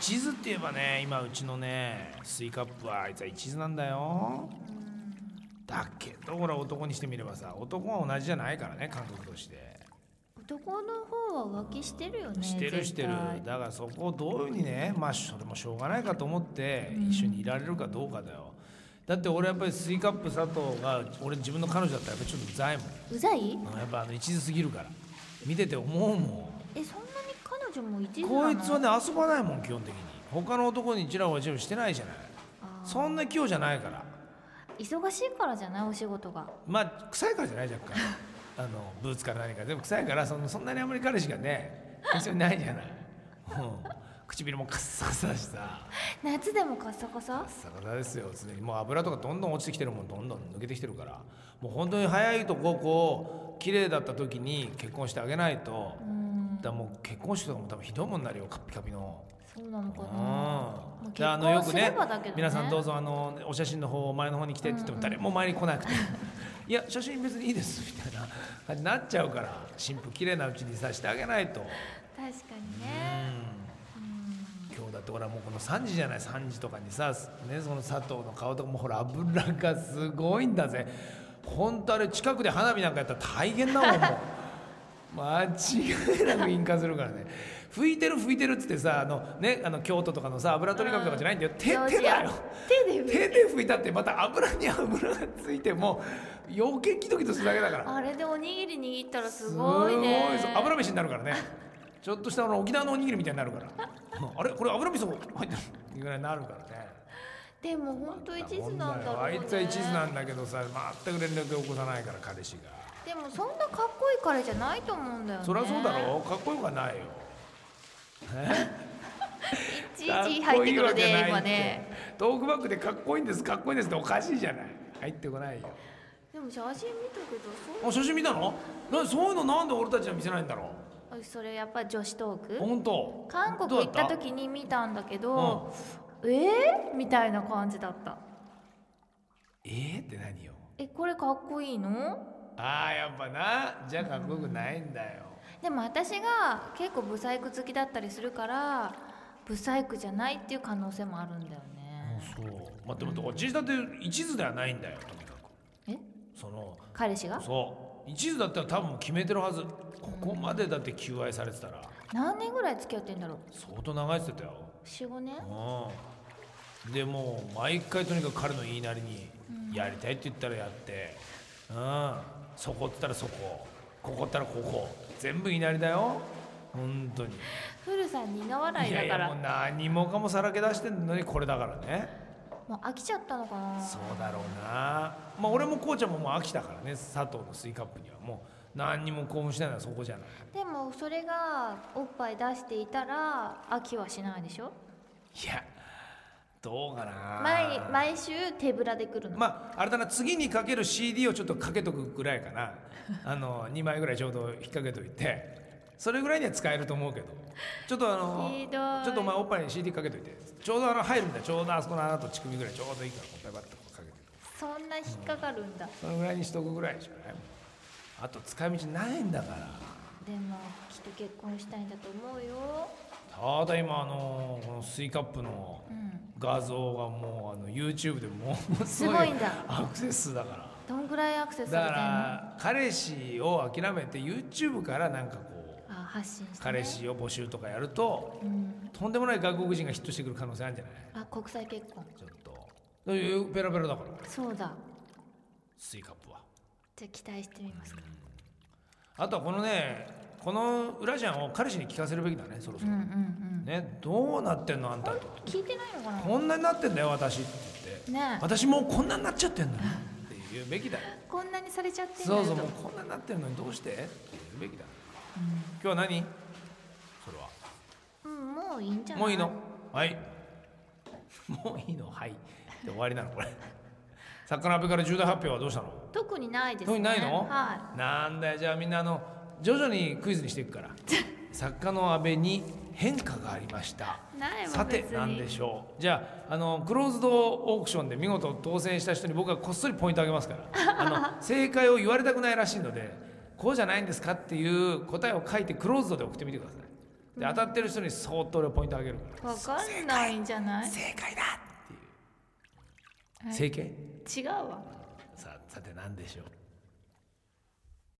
一途って言えばね今うちのねスイカップはあいつは一途なんだよだけどほら男にしてみればさ男は同じじゃないからね感覚として男の方は浮気してるよねしてるしてる絶対だからそこをどういうふうにねまあそれもしょうがないかと思って一緒にいられるかどうかだよだって俺やっぱりスイカップ佐藤が俺自分の彼女だったらやっぱちょっとうざいもんうざいうんやっぱあの一途すぎるから見てて思うもんえそんなに彼女も一途なこのいつはね遊ばないもん基本的に他の男にちらほらちらほらしてないじゃないあーそんな器用じゃないから忙しいからじゃないお仕事がまあ臭いからじゃない若 干あのブーツから何かでも臭いからそのそんなにあんまり彼氏がね必要ないじゃない、うん、唇もカッサカサだしさ夏でもカッサカサカッサカサですよ常にもう油とかどんどん落ちてきてるもんどんどん抜けてきてるからもう本当に早いとここう綺麗だった時に結婚してあげないとうんだからもう結婚式とかも多分ひどいもんになるよカピカピの。そうなのかなうまんあであのよくね結婚すればだけどね皆さんどうぞあのお写真の方前の方に来てって言っても誰も前に来な くて「いや写真別にいいです」みたいな感じになっちゃうから新婦綺麗なうちにさしてあげないと、確かにうねん、うん今日だってほらもうこの3時じゃない3時とかにさ、ね、その佐藤の顔とかもうほら油がすごいんだぜほんとあれ近くで花火なんかやったら大変だもんもう 間違いなく引火するからね拭いてる拭いてるっつってさあの、ね、あの京都とかのさ油取り紙とかじゃないんだよ、手どう手しよだよう手手でで拭いたってまた油に油がついてもう余計キドキドするだけだからあれでおにぎり握ったらすごいねすごいです油飯になるからねちょっとしたあの沖縄のおにぎりみたいになるから うんあれこれ油味噌入ってるぐらいになるからねでも本当一途なんだろうねあいつは一途なんだけどさ全く連絡を起こさないから彼氏がでもそんなかっこいい彼じゃないと思うんだよねそりゃそうだろかっこよくはないよいちいち入ってくるかっこいいわけねない今ってねトークバックでかっこいいんですかっこいいんですっておかしいじゃない入ってこないよでも写真見たけどそうあ写真見たのなそういうのなんで俺たちは見せないんだろあそれやっぱ女子トーうク本当韓国どう行だった時に見たんだけど、えー、みたいな感じだったえー、って何よえこれかっこいいのあーやっぱなじゃあかっこよくないんだよでも私が結構ブサイク好きだったりするからブサイクじゃないっていう可能性もあるんだよねそう待って待って私だって一途ではないんだよとにかくえその彼氏がそう一途だったら多分決めてるはずここまでだって求愛されてたら何年ぐらい付き合ってんだろう相当長いって言ってたよ45年うんでもう毎回とにかく彼の言いなりにやりたいって言ったらやってうんそこって言ったらそこここって言ったらここ全部言いなりだよ本当に古さん苦笑いいやだいかやらもう何もかもさらけ出してんのにこれだからねもう飽きちゃったのかなそうだろうなまあ俺もこうちゃんももう飽きたからね佐藤のスイカップにはもう何にも興奮しないのはそこじゃないでもそれがおっぱい出していたら飽きはしないでしょいやどうかな毎毎週手ぶらで来るの、まああれだな次にかける CD をちょっとかけとくぐらいかなあの2枚ぐらいちょうど引っ掛けといてそれぐらいには使えると思うけどちょっとあのひどいちょっとお前おっぱいに CD かけといてちょうどあの入るんだよちょうどあそこの穴と乳首ぐらいちょうどいいからこうババッとかけてそんな引っかかるんだ、そのぐらいにしとくぐらいじゃないあと使い道ないんだからでもきっと結婚したいんだと思うよただ今あのこのスイカップのうん画像がもうあの YouTube でものすごいんだアクセス数だかどんぐらいアクセらスさだれかてんのあら彼氏を諦めて YouTube からなんかこう発信して、ね、彼氏を募集とかやるとうんとんでもない外国人がヒットしてくる可能性あるんじゃないあ国際結婚ちょっとだからペラペラだからそうだスイカップはじゃあ期待してみますかあとはこのねこの裏ジャンを彼氏に聞かせるべきだねそろそうんろ、うんうんねどうなってんのあんた本と当聞いてないのかなこんなになってんだよ私って言ってねえ私もうこんなになっちゃってんのよって言うべきだよこんなにされちゃってんだそようそうともうこんなになってるのにどうしてって言うべきだ今日は何それはうん、もういいんじゃないもういいのはいもういいのはいで終わりなのこれ作家の阿部から重大発表はどうしたの特にないです特ねにないの、はなんだよじゃあみんなあの徐々にクイズにしていくから 作家の阿部に変化がありましたいないわさて別に何でしょうじゃああのクローズドオークションで見事当選した人に僕はこっそりポイントあげますから あの正解を言われたくないらしいのでこうじゃないんですかっていう答えを書いてクローズドで送ってみてくださいで当たってる人に相当俺ポイントあげるからわかんないんじゃない正解だっていうはい正解違うわさあさて何でしょう